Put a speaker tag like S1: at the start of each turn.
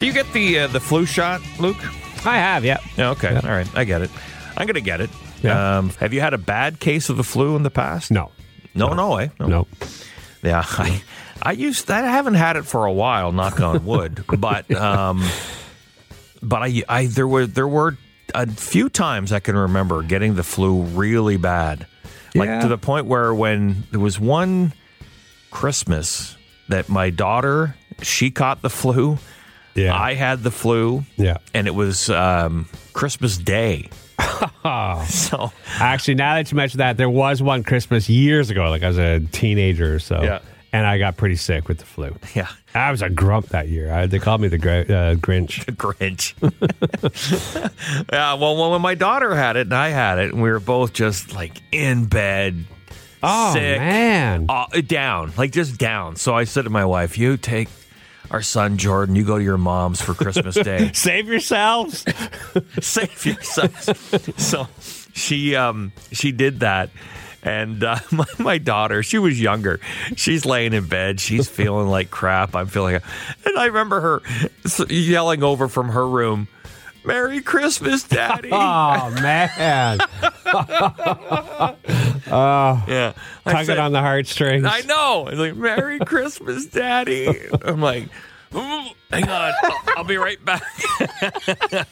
S1: get the uh, the flu shot, Luke?
S2: I have, yeah.
S1: Yeah, okay. All right. I get it. I'm going to get it.
S2: Yeah.
S1: Um, have you had a bad case of the flu in the past?
S2: No,
S1: No, no, eh?
S2: no.
S1: Yeah. I, I used I haven't had it for a while, knock on wood, but um but I I there were there were a few times I can remember getting the flu really bad. Like
S2: Yeah.
S1: to the point where when there was one Christmas that my daughter she caught the flu.
S2: Yeah.
S1: I had the flu.
S2: Yeah.
S1: And it was um, Christmas Day. so
S2: Actually, now that you mention that, there was one Christmas years ago, like I was a teenager or so.
S1: Yeah.
S2: And I got pretty sick with the flu.
S1: yeah.
S2: I was a grump that year. I, they called me the gr- uh, Grinch.
S1: the Grinch. yeah, well, when my daughter had it and I had it, and we were both just like in bed,
S2: Oh,
S1: sick,
S2: man.
S1: uh, down, like just down. So I said to my wife, "You take our son Jordan, you go to your mom's for Christmas Day,
S2: Save yourselves.
S1: save yourselves." so she um she did that. And uh, my, my daughter, she was younger. She's laying in bed. She's feeling like crap. I'm feeling, and I remember her yelling over from her room, "Merry Christmas, Daddy!"
S2: oh, man. Oh,
S1: Yeah. I
S2: Tug
S1: said-
S2: it on the heartstrings.
S1: I know. It's like, Merry Christmas, Daddy. I'm like, "Ooh, hang on. I'll, I'll be right back.